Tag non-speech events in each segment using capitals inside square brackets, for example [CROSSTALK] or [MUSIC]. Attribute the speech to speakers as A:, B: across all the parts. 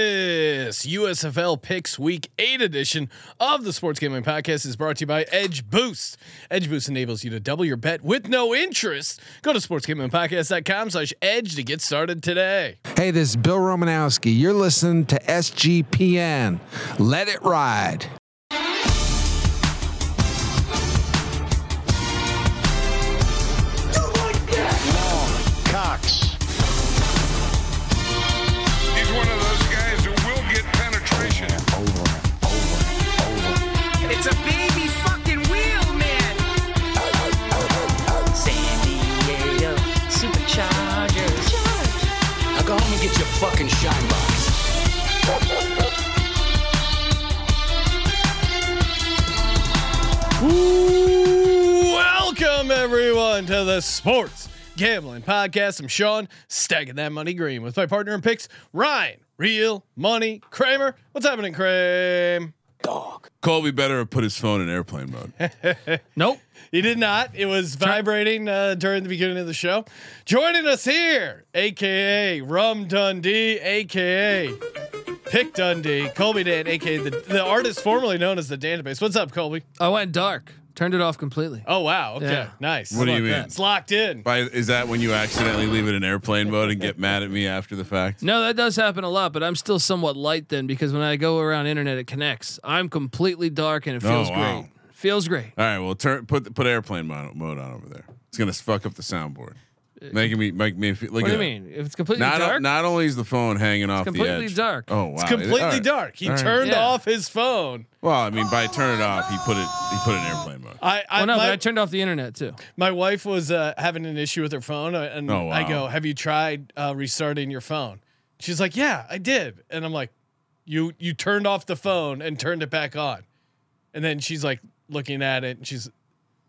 A: This USFL Picks Week 8 edition of the Sports Gambling Podcast is brought to you by Edge Boost. Edge Boost enables you to double your bet with no interest. Go to sportsgamblingpodcast.com slash edge to get started today.
B: Hey, this is Bill Romanowski. You're listening to SGPN. Let it ride.
C: Cox.
D: He's one of those guys who will get penetration.
E: It's a baby fucking wheel, man. San Diego Superchargers.
F: Now go home and get your fucking shine box.
A: Welcome, everyone, to the Sports Gambling Podcast. I'm Sean, stacking that money green with my partner in picks, Ryan, real money Kramer. What's happening, Kramer?
G: Colby better have put his phone in airplane mode.
A: Nope. He did not. It was vibrating uh, during the beginning of the show. Joining us here, aka Rum Dundee, aka Pick Dundee, Colby Dan, aka the, the artist formerly known as the database. What's up, Colby?
H: I went dark. Turned it off completely.
A: Oh wow. Okay.
H: Yeah.
A: Nice.
G: What do you mean?
A: It's locked in.
G: By, is that when you accidentally leave it in airplane mode and get mad at me after the fact?
H: No, that does happen a lot, but I'm still somewhat light then because when I go around internet, it connects. I'm completely dark and it feels
G: Oh, wow.
H: great. Feels great.
G: All right, well, turn put put airplane mode, mode on over there. It's gonna fuck up the soundboard, making me make me feel. Look
H: Uh, What do
G: at
H: you
G: that.
H: mean? If it's completely
G: Not
H: dark,
G: not only is the phone hanging off the
H: completely
G: edge.
H: dark.
G: Oh wow,
A: It's completely
G: All right.
A: dark. He
G: All right.
A: turned
H: Yeah.
A: off his phone.
G: Well, I mean, by turn it off, he put it he put it in airplane mode.
A: I, I,
H: well, Oh, no,
A: my,
H: but I turned off the internet too.
A: my wife was uh, having an issue with her phone, uh, and
G: Oh,
A: I
G: wow.
A: go, "Have you tried uh, restarting your phone?" She's like, "Yeah, I did," and I'm like, "You you turned off the phone and turned it back on," and then she's like looking at it, and she's,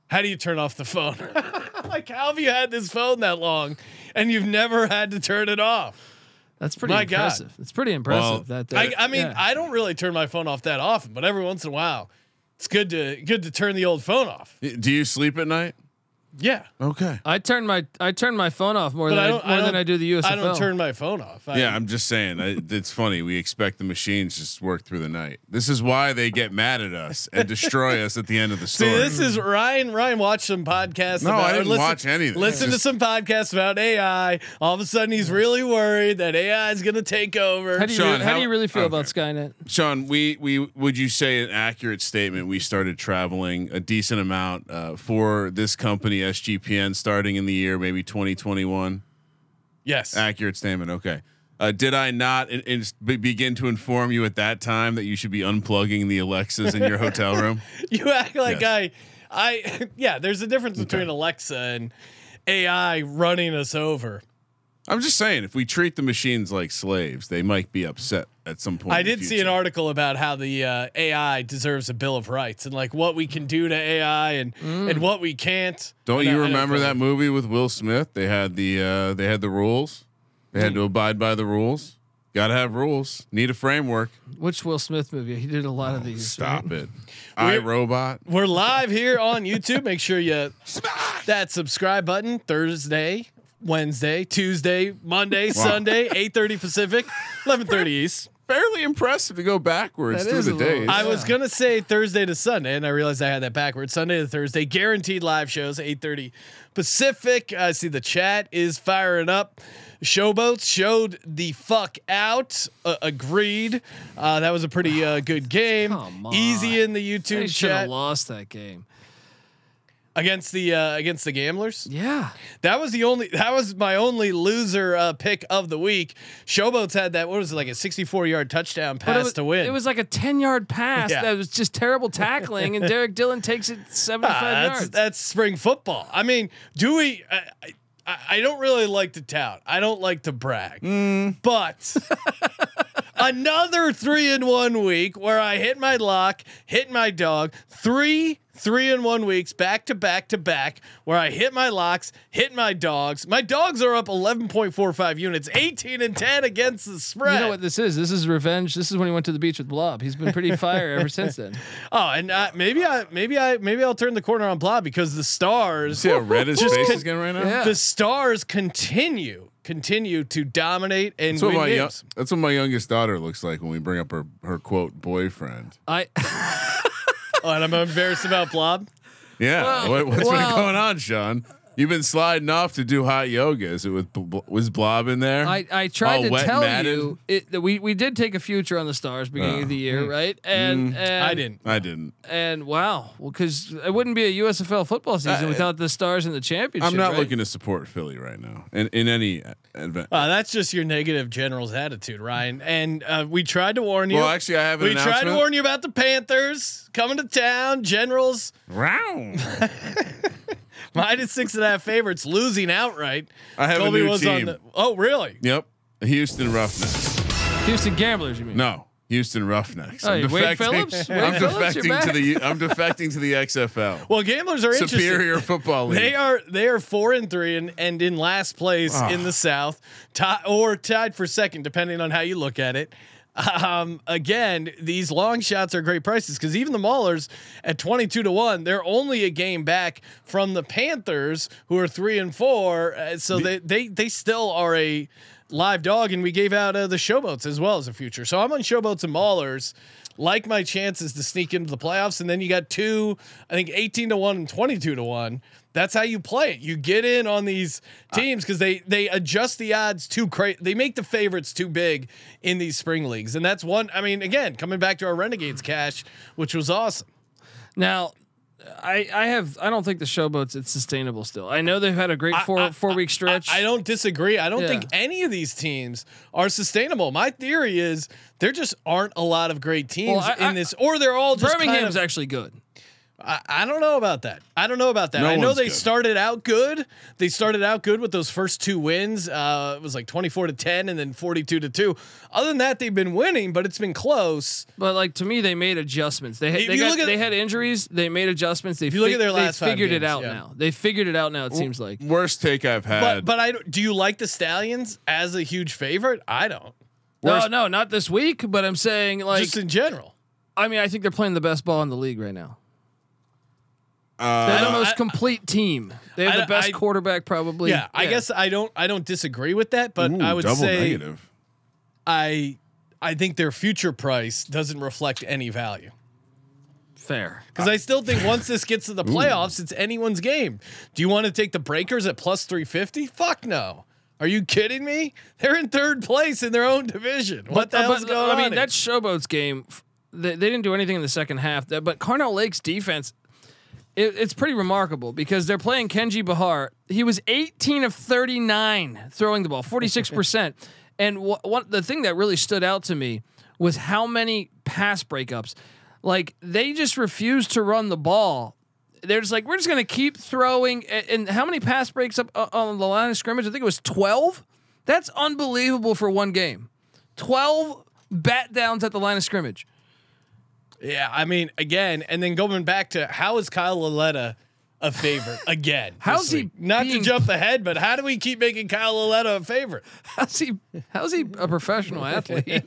A: "How do you turn off the phone?" [LAUGHS] like, how have you had this phone that long, and you've never had to turn it off?
H: That's pretty
A: My God.
H: impressive. It's pretty impressive
G: Well,
H: that. uh,
A: I, I mean,
H: yeah.
A: I don't really turn my phone off that often, but every once in a while, it's good to good to turn the old phone off.
G: Do you sleep at night?
A: Yeah.
G: Okay.
H: I turned my I turned my phone off more
A: But
H: than
A: I
H: I,
A: don't,
H: more
A: I don't
H: than I do the USFL.
A: I don't turn my phone off. I-
G: Yeah, I'm just saying. I, it's funny. We expect the machines just work through the night. This is why they get mad at us and destroy us at the end of
A: [LAUGHS]
G: the
A: See,
G: story.
A: this is Ryan. Ryan watched some podcasts.
G: No,
A: about,
G: I
A: or
G: didn't watch anything.
A: Listen
G: Just-
A: to some podcasts about AI. All of a sudden, he's really worried that AI is going to take over.
H: How do you
G: Sean,
H: re- how,
G: how-
H: do you really feel about
G: okay.
H: Skynet?
G: Sean, we we would you say an accurate statement? We started traveling a decent amount uh, for this company SGPN starting in the year maybe 2021.
A: yes.
G: Accurate statement. Okay. Uh, did I not in, in, be- begin to inform you at that time that you should be unplugging the Alexas in your hotel room?
A: [LAUGHS] [LAUGHS] You act like
G: Yes.
A: I, I, [LAUGHS] yeah, there's a difference between Alexa and AI running us over.
G: I'm just saying, if we treat the machines like slaves, they might be upset at some point.
A: I
G: in the
A: did see
G: future.
A: an article about how the uh, AI deserves a bill of rights and like what we can do to AI and and what we can't.
G: Mm. Don't
A: And I- I
G: you remember
A: really-
G: that movie with Will Smith? They had the uh, they had the rules. They had
H: Mm-hmm.
G: to abide by the rules. Got to have rules. Need a framework.
H: Which Will Smith movie? He did a lot
A: Oh,
H: of these.
G: Stop it. I
A: We're-
G: robot.
A: We're live here on YouTube. Make sure you that subscribe button Thursday, Wednesday, Tuesday, Monday, Sunday, 8:30 Pacific, 11:30 East.
G: Fairly impressive to go backwards
H: That
G: through
H: is
G: the
H: a little-
G: days.
A: I was
H: Yeah.
A: gonna say Thursday to Sunday, and I realized I had that backwards. Sunday to Thursday, guaranteed live shows, 8:30 Pacific. I see the chat is firing up. Showboats showed the fuck out. Uh, agreed. Uh, that was a pretty uh, good game.
H: Come on.
A: Easy in the YouTube
H: They should have
A: chat
H: lost that game.
A: against the uh, against the gamblers.
H: Yeah.
A: That was the only. That was my only loser uh, pick of the week. Showboats had that. What was it like a 64 yard touchdown
H: But
A: pass
H: it was,
A: to win?
H: It was like a ten yard pass
A: Yeah.
H: that was just terrible tackling, and Derek Dillon takes it seventy
A: Ah,
H: five
A: that's
H: yards.
A: that's spring football. I mean, do we? I, I, I don't really like to tout. I don't like to brag,
H: Mm. [LAUGHS]
A: but. Another three in one week where I hit my lock, hit my dog. Three three in one weeks back to back to back where I hit my locks, hit my dogs. My dogs are up 11.45 units, 18 and 10 against the spread.
H: you know what this is? This is revenge. This is when he went to the beach with Blob. He's been pretty fire
A: [LAUGHS]
H: ever since then.
A: Oh, and uh, maybe I, maybe I, maybe I'll turn the corner on Blah because the stars,
G: See how red his face
A: con-
G: is getting right now.
H: Yeah.
A: the stars continue continue to dominate and
G: That's what
A: win
G: my yo-
A: games.
G: that's what my youngest daughter looks like when we bring up her her quote boyfriend.
H: I
A: Oh, [LAUGHS] and I'm embarrassed about Blob.
G: Yeah, what, what's
H: well-
G: been going on, Sean? You've been sliding off to do hot yoga. Is it with bl- bl- was blob in there?
H: I, I
A: Oh,
H: tried
G: All
H: to
G: wet and
H: tell
G: matted?
H: you it, that we we did take a future on the stars beginning of the year, right? And, and
A: Oh. Mm. I didn't.
G: I didn't.
H: And wow, well, because it wouldn't be a USFL football
A: Uh,
H: season without the stars in the championship.
G: I'm not
H: right?
G: looking to support Philly right now in in any uh, event.
A: Wow, that's just your negative general's attitude, Ryan. And uh, we tried to warn you.
G: Well, actually, I have an
A: we tried to
G: announcement.
A: warn you about the Panthers coming to town. Generals minus six and a half favorites, losing outright.
G: I have a new team.
A: oh, really?
G: Yep, Houston Roughnecks.
H: Houston Gamblers, you mean?
G: No, Houston Roughnecks.
A: Oh,
H: Hey, Wade Phillips? Wade
G: I'm
H: Phillips, you're
G: defecting to
H: back.
G: the I'm defecting to the XFL.
A: Well, gamblers are
G: Superior
A: interested.
G: Football League.
A: They are they are four and three and, and in last place in the South, tie, or tied for second, depending on how you look at it. Um, again, these long shots are great prices because even the Maulers at twenty two to one, they're only a game back from the Panthers, who are three and four. Uh, so they they they still are a live dog, and we gave out uh, the showboats as well as a future. So I'm on showboats and Maulers. Like my chances to sneak into the playoffs, and then you got two, I think eighteen to one and twenty two to one. That's how you play it. You get in on these teams because they they adjust the odds too crazy. They make the favorites too big in these spring leagues, and that's one. I mean, again, coming back to our Renegades cash, which was awesome.
H: Now, I I have I don't think the showboats it's sustainable. Still, I know they've had a great four
A: I- I-
H: four week stretch.
A: I, I don't disagree. I don't
H: Yeah.
A: think any of these teams are sustainable. My theory is there just aren't a lot of great teams
H: Well,
A: in
H: I- I-
A: this, or they're all just kind
H: Birmingham's
A: of-
H: actually good.
A: I, I don't know about that. I don't know about that.
G: No
A: I know
G: one's
A: they
G: good.
A: started out good. They started out good with those first two wins. Uh, it was like 24 to 10 and then 42 to 2. Other than that, they've been winning, but it's been close.
H: But like to me, they made adjustments. They
A: If
H: had, they,
A: you
H: got,
A: look at-
H: they had injuries. They made adjustments. They,
A: you look
H: fi-
A: at their
H: they
A: last five
H: figured it
A: games,
H: out
A: yeah.
H: now. They figured it out now. It seems like
G: Worst take I've
A: But
G: had.
A: but I don't- do you like the Stallions as a huge favorite? I don't.
H: no, no, not this week. But I'm saying like
A: Just in general.
H: I mean I think they're playing the best ball in the league right now.
G: uh,
H: They're the
A: don't-
H: most
A: I-
H: complete team. They have
A: I-
H: the best
A: I-
H: quarterback probably.
A: Yeah, I guess I don't I don't disagree with that, but
G: ooh,
A: I would
G: double
A: say
G: negative.
A: I I think their future price doesn't reflect any value.
H: fair.
A: Because I still think once this gets to the playoffs, it's anyone's game. Do you want to take the Breakers at plus 350? Fuck no. Are you kidding me? They're in third place in their own division. What the
H: Uh,
A: hell's going on?
H: I mean,
A: here?
H: that's Showboat's game. F- They, they didn't do anything in the second half. That- But Carnell Lake's defense, it, it's pretty remarkable because they're playing Kenji Bahar. He was 18 of 39 throwing the
A: [LAUGHS]
H: ball, 46%. and wh- what the thing that really stood out to me was how many pass breakups. Like they just refused to run the ball. They're just like, we're just going to keep throwing. And, and how many pass breaks up uh, on the line of scrimmage? I think it was 12. That's unbelievable for one game. 12 bat downs at the line of scrimmage.
A: yeah, I mean, again, and then going back to how is Kyle Laletta a
H: [LAUGHS]
A: favorite again?
H: How's
A: this
H: he
A: week? Not to
H: being-
A: jump ahead, but how do we keep making Kyle Laletta a favorite?
H: How's he how's he a professional athlete?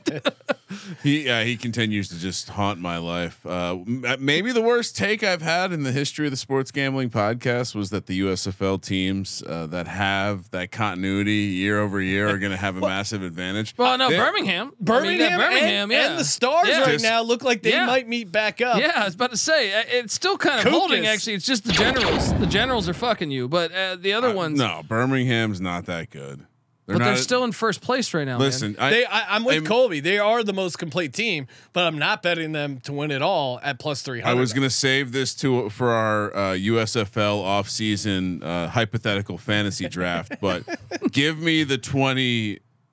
G: He uh, he continues to just haunt my life. Uh, m- uh, maybe the worst take I've had in the history of the sports gambling podcast was that the USFL teams uh, that have that continuity year over year are going
H: [LAUGHS]
G: to have a massive advantage.
H: Well, no,
G: They-
H: Birmingham. I mean, yeah,
A: Birmingham, and, and the Stars
H: Yeah.
A: right now look like they
H: Yeah.
A: might meet back up.
H: Yeah, I was about to say uh, it's still kind of
A: Kookas.
H: holding. Actually, it's just the generals. The generals are fucking you, but uh, the other ones,
G: No, Birmingham's not that good.
H: but they're
G: not-
H: still in first place right now. man.
G: Listen, I,
A: They, I, I'm with
G: I'm-
A: Colby. They are the most complete team, but I'm not betting them to win it all at plus 300.
G: I was going to save this to for our uh, USFL offseason uh, hypothetical
H: [LAUGHS]
G: fantasy draft, but give me the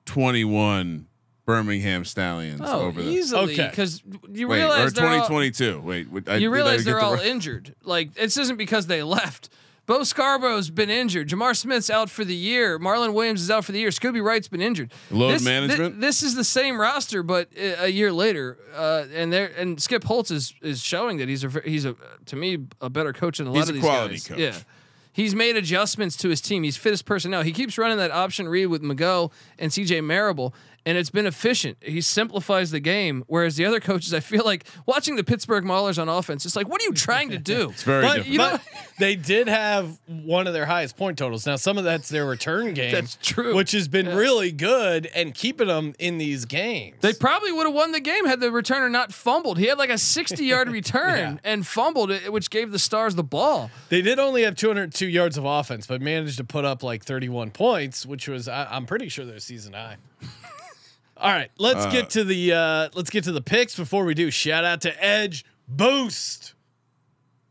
G: 2021 Birmingham Stallions
H: oh,
G: over the
H: easily
A: Okay.
H: because you
G: Wait, or
H: realize they're all-
G: 2022. Wait, wait, I,
H: you
G: did I
H: realize
G: get
H: they're
G: the
H: all
G: right-
H: injured. Like this isn't because they left. Bo Scarborough's been injured. Jamar Smith's out for the year. Marlon Williams is out for the year. Scooby Wright's been injured.
G: Load
H: this, thi-
G: management?
H: this is the same roster, but uh, a year later, uh, and there and Skip Holtz is is showing that he's a ver- he's a to me a better coach than a lot
G: He's
H: of
G: a
H: these
G: quality
H: guys.
G: coach.
H: Yeah. He's made adjustments to his team. He's fit his personnel. He keeps running that option read with Mago and CJ Marrable. and it's been efficient. He simplifies the game, whereas the other coaches, I feel like watching the Pittsburgh Maulers on offense, it's like, what are you trying to do? it's
G: very
H: but,
G: different.
H: You know,
A: but [LAUGHS] they did have one of their highest point totals. Now, some of that's their
G: [LAUGHS]
A: return game.
H: That's true.
A: Which has been
H: Yeah.
A: really good and keeping them in these games.
H: they probably would have won the game had the returner not fumbled. He had like a 60 yard return
A: Yeah.
H: and fumbled it, which gave the Stars the ball.
A: they did only have 202 yards of offense, but managed to put up like 31 points, which was I, I'm pretty sure their season
G: [LAUGHS]
A: high. All right, let's get to the uh, let's get to the picks before we do. Shout out to Edge Boost.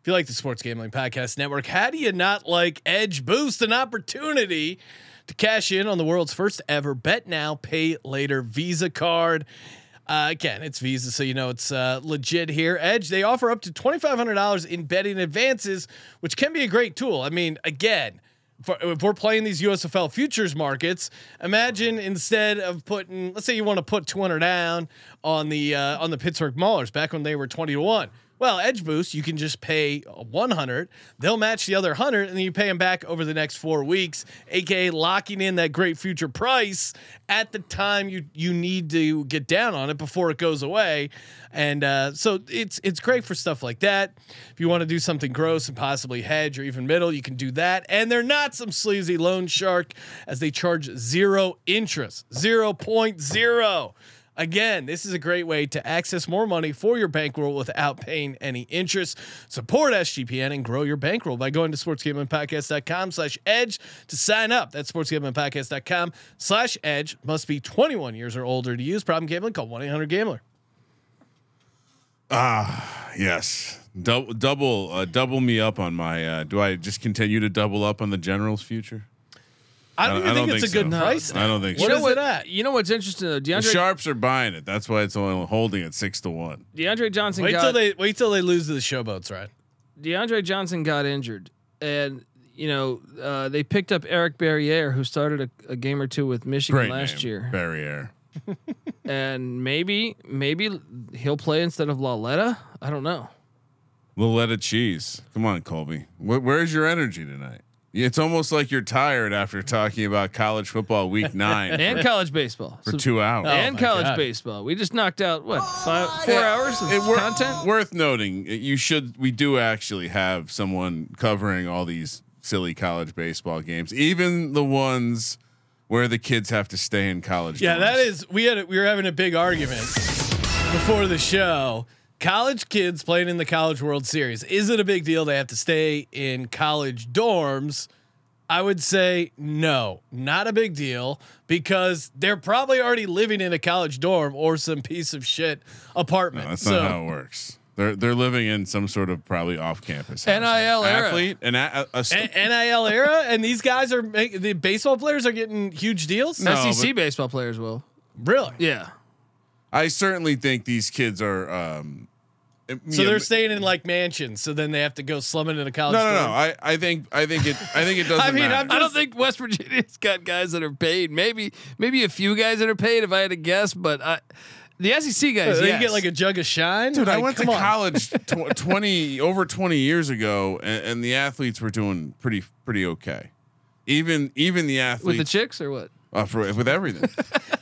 A: If you like the Sports Gambling Podcast Network, how do you not like Edge Boost? An opportunity to cash in on the world's first ever bet now, pay later Visa card. Uh, again, it's Visa, so you know it's uh, legit here. Edge, they offer up to $2,500 in betting advances, which can be a great tool. I mean, again, for, if we're playing these USFL futures markets, imagine instead of putting, let's say you want to put 200 down on the uh, on the Pittsburgh Maulers back when they were 20 to one. Well, Edge Boost, you can just pay 100. They'll match the other 100, and then you pay them back over the next four weeks, aka locking in that great future price at the time you you need to get down on it before it goes away. And uh, so it's it's great for stuff like that. If you want to do something gross and possibly hedge or even middle, you can do that. And they're not some sleazy loan shark as they charge zero interest, 0.0. Again, this is a great way to access more money for your bankroll without paying any interest. Support SGPN and grow your bankroll by going to sportsgamblingpodcast.com slash edge to sign up. That's sportsgamblingpodcast.com slash edge. Must be 21 years or older to use. Problem gambling? Call 1-800-GAMBLER.
G: Yes. Double, double, uh, double me up on my. Uh, do I just continue to double up on the general's future?
A: I don't even think it's a
G: so.
A: good price.
G: I don't think
A: What
G: so.
A: is it at?
H: You know what's interesting though?
G: The
H: DeAndre
G: sharps are buying it. That's why it's only holding at six to one.
H: DeAndre Johnson
A: Wait
H: got
A: till they wait till they lose to the showboats, right?
H: DeAndre Johnson got injured, and you know uh, they picked up Eric Barriere, who started a, a game or two with Michigan
G: Great
H: last
G: name,
H: year,
G: Barriere.
H: and maybe maybe he'll play instead of Laletta. I don't know.
G: Loletta cheese. Come on, Colby. Where, where's your energy tonight? Yeah, It's almost like you're tired after talking about college
H: [LAUGHS]
G: football week nine
H: And college baseball
G: for
H: So-
G: two Oh, hours.
H: and
A: my
H: college
A: God.
H: baseball. We just knocked out what five, four hours of
G: wor-
H: content.
G: Worth noting, it- you should. We do actually have someone covering all these silly college baseball games, even the ones where the kids have to stay in college.
A: Yeah,
G: dorms.
A: that is. We had a, we were having a big argument before the show. College kids playing in the College World Series. Is it a big deal they have to stay in college dorms? I would say no, not a big deal because they're probably already living in a college dorm or some piece of shit apartment.
G: That's
A: so
G: not how it works. They're they're living in some sort of probably off campus
H: NIL era.
G: athlete and a, a, a stu-
A: N- NIL era and these guys are make, the baseball players are getting huge deals.
G: No,
H: SEC E baseball players will.
A: Really?
H: Yeah.
G: I certainly think these kids are. Um,
A: So they're staying in like mansions. So then they have to go slumming in a college.
G: no, no,
A: dorm.
G: no. I, I think I think it I think it
A: [LAUGHS]
G: doesn't
A: I mean,
G: matter.
A: I'm
H: I don't think West Virginia's got guys that are paid. Maybe maybe a few guys that are paid if I had to guess, but I, the SEC guys,
A: They
H: yes.
A: get like a jug of shine.
G: Dude, I
A: Like,
G: went to
A: come on. [LAUGHS]
G: college tw- twenty over twenty years ago, and, and the athletes were doing pretty pretty okay. Even even the athletes
H: with the chicks or what?
G: uh, for-
A: [LAUGHS]
G: with everything.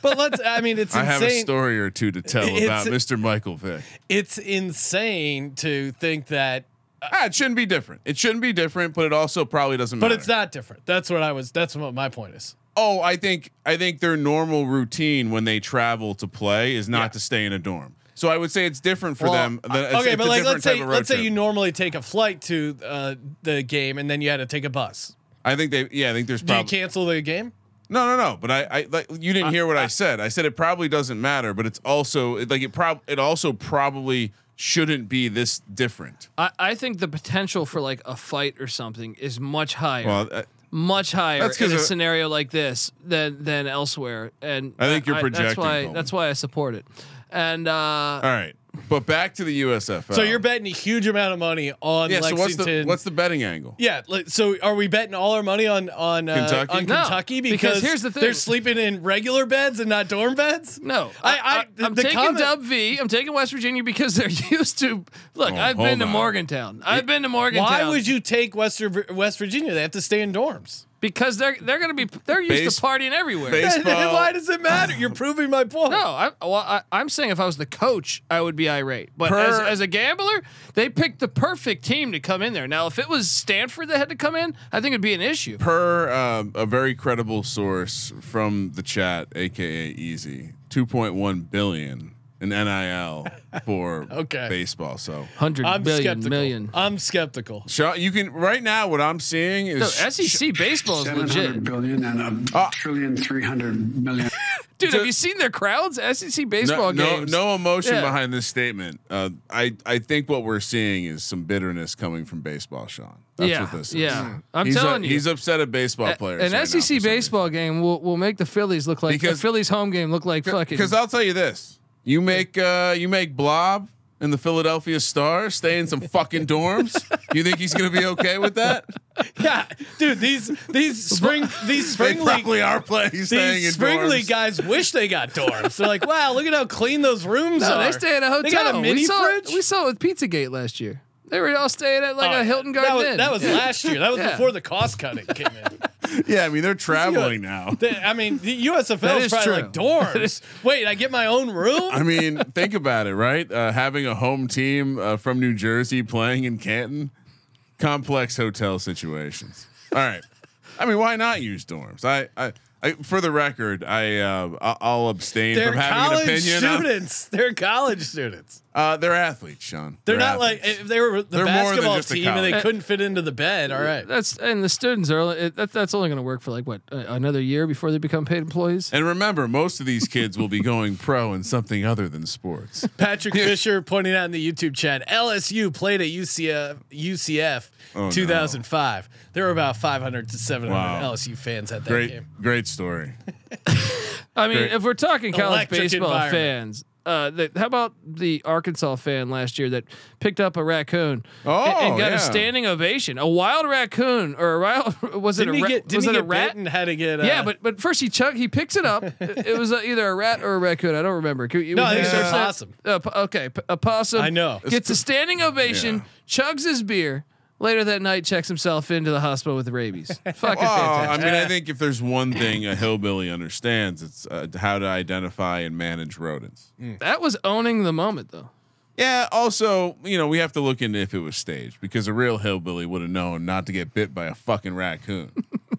A: But let's. I mean, it's
G: [LAUGHS] I
A: insane.
G: have a story or two to tell
A: It's-
G: about Mr. Michael Vick.
A: It's insane to think that,
G: Ah, it shouldn't be different. It shouldn't be different, but it also probably doesn't
A: but
G: matter.
A: it's not different. That's what I was. That's what my point is.
G: Oh, I think I think their normal routine when they travel to play is not to stay in a dorm. So I would say it's different for them. than- it's-
A: uh, okay,
G: it's
A: but
G: a
A: like,
G: different
A: let's
G: type
A: say
G: of road
A: let's say
G: trip.
A: you normally take a flight to uh, the game and then you had to take a bus.
G: I think they. Yeah, I think there's
A: Do you
G: probably.
A: cancel the game?
G: No, no, no. But I, I like you didn't hear what I, said. I said it probably doesn't matter, but it's also it, like it prob it also probably shouldn't be this different.
H: I, I think the potential for like a fight or something is much higher,
G: Well, uh, I,
H: much higher
G: That's 'cause
H: in a
G: of-
H: scenario like this than than elsewhere. And
G: I think you're
H: That's
G: projecting,
H: why
G: Colin.
H: that's why I support it. And uh,
G: all right. But back to the USFL.
A: So you're betting a huge amount of money on
G: Yeah. So
A: Lexington.
G: what's the what's the betting angle?
A: yeah, like, so are we betting all our money on on uh,
G: Kentucky?
A: on
G: No,
A: Kentucky
H: because
A: because,
H: here's the
A: they're
H: thing.
A: sleeping in regular beds and not dorm beds?
H: No,
A: I- I- the-
H: am
A: the
H: taking
A: comment-
H: Dub V. I'm taking West Virginia because they're [LAUGHS] used to. Look,
G: Oh,
H: I've been
G: hold
H: to
G: on.
H: Morgantown. I've been to Morgantown.
A: Why would you take Western West Virginia? They have to stay in dorms.
H: because they're they're gonna be they're used
G: Base-
H: to partying everywhere.
G: base-
A: [LAUGHS]
G: [LAUGHS] Baseball.
A: Why does it matter? You're proving my point.
H: No, I, well, I, I'm saying if I was the coach, I would be irate. But as,
G: Per-
H: as a gambler, they picked the perfect team to come in there. Now, if it was Stanford that had to come in, I think it'd be an issue.
G: per um, a very credible source from the chat, aka Easy, 2.1 billion
A: [LAUGHS]
G: in NIL for
A: Okay.
G: baseball. So,
H: Hundred
A: I'm
H: billion
A: skeptical.
H: million.
A: I'm skeptical. [LAUGHS]
G: Sha- you can right now. What I'm seeing is
H: No, SEC baseball is legit,
C: 700 billion and a
G: Ah.
C: trillion, 300 million.
H: dude. Have you seen their crowds? SEC baseball
G: no,
H: games.
G: No, no emotion
H: Yeah.
G: behind this statement. Uh, I I think what we're seeing is some bitterness coming from baseball, Sean. That's
H: yeah,
G: what this is.
A: Hmm.
H: yeah. I'm
G: he's
H: telling
G: u-
H: you,
G: he's upset at baseball
H: A-
G: players.
H: An
G: right now for
H: SEC
G: some
H: baseball game will will make the Phillies look like
G: Because-
H: the Phillies home game look like
G: reason.
H: fucking.
G: Because I'll tell you this: you make uh, you make Blob and the Philadelphia Stars stay in some
H: [LAUGHS]
G: fucking dorms. You think he's gonna be okay with that?
A: Yeah, dude, these
H: [LAUGHS]
A: these spring these
G: They
A: spring league
G: probably are playing staying in
A: these spring
G: dorms.
A: league guys wish they got dorms. They're like, wow, look at how clean those rooms
H: no,
A: are.
H: they stay at a hotel.
A: They got a mini
H: we saw,
A: fridge.
H: We saw it with PizzaGate last year. They were all staying at like
A: Oh,
H: a Hilton
A: that
H: Garden
A: was,
H: Inn.
A: that
H: [LAUGHS]
A: was
H: Yeah.
A: last year. That was
H: Yeah.
A: before the cost cutting came
H: [LAUGHS]
A: in.
G: Yeah, I mean they're traveling now.
A: They- I mean, the USFL
H: That
A: is
H: is
A: probably
H: true.
A: like dorms.
H: [LAUGHS]
A: Wait, I get my own room?
G: I mean, think about it, right? Uh, having a home team uh, from New Jersey playing in Canton, complex hotel situations. All right. I mean, why not use dorms? I, I, I for the record, I, uh, I- I'll abstain
A: They're
G: from having an
A: college
G: opinion. on-
A: students. They're college students.
G: uh, they're athletes, Sean.
A: They're, not
G: athletes.
A: like if they were the
G: They're more than
A: basketball
G: just a
A: team and they
G: college.
A: couldn't fit into the bed. All
H: [LAUGHS]
A: right.
H: That's and the students are only- it, that, that's only going to work for like what a- another year before they become paid employees.
G: And remember, most of these kids will be going pro in something other than sports.
A: Patrick Fisher pointing out in the YouTube chat, LSU played at UCF, UCF
G: Oh, no.
A: 2005. There were about 500 to 700
G: Wow.
A: LSU fans at that
G: Great,
A: game.
G: great story.
H: I mean,
G: Great.
H: if we're talking college
A: Electric
H: baseball
A: environment.
H: fans, uh, the, how about the Arkansas fan last year that picked up a raccoon
G: Oh,
H: and, and got
G: yeah.
H: a standing ovation? A wild raccoon or a wild [LAUGHS] was
A: Didn't
H: it
A: he
H: a ra-
A: get? Didn't
H: was
A: he
H: it a
A: get
H: rat?
A: bitten? Had to get? Uh,
H: yeah, but but first he chuck he picks it
G: [LAUGHS]
H: up. it, it was uh either a rat or a raccoon. I don't remember. Can we-
A: No,
H: we
A: I think
H: can
A: it's
H: search
A: an
H: that?
A: opossum.
H: Uh, po- okay, p- a possum.
A: I know.
H: Gets a standing ovation. Chugs his beer. Later that night, checks himself into the hospital with rabies.
G: [LAUGHS]
H: Fucking
G: Well, Oh, I
H: fantastic.
G: mean, I think if there's one thing a hillbilly understands, it's uh, how to identify and manage rodents.
H: that was owning the moment, though.
G: Yeah. Also, you know, we have to look into if it was staged because a real hillbilly would have known not to get bit by a fucking raccoon.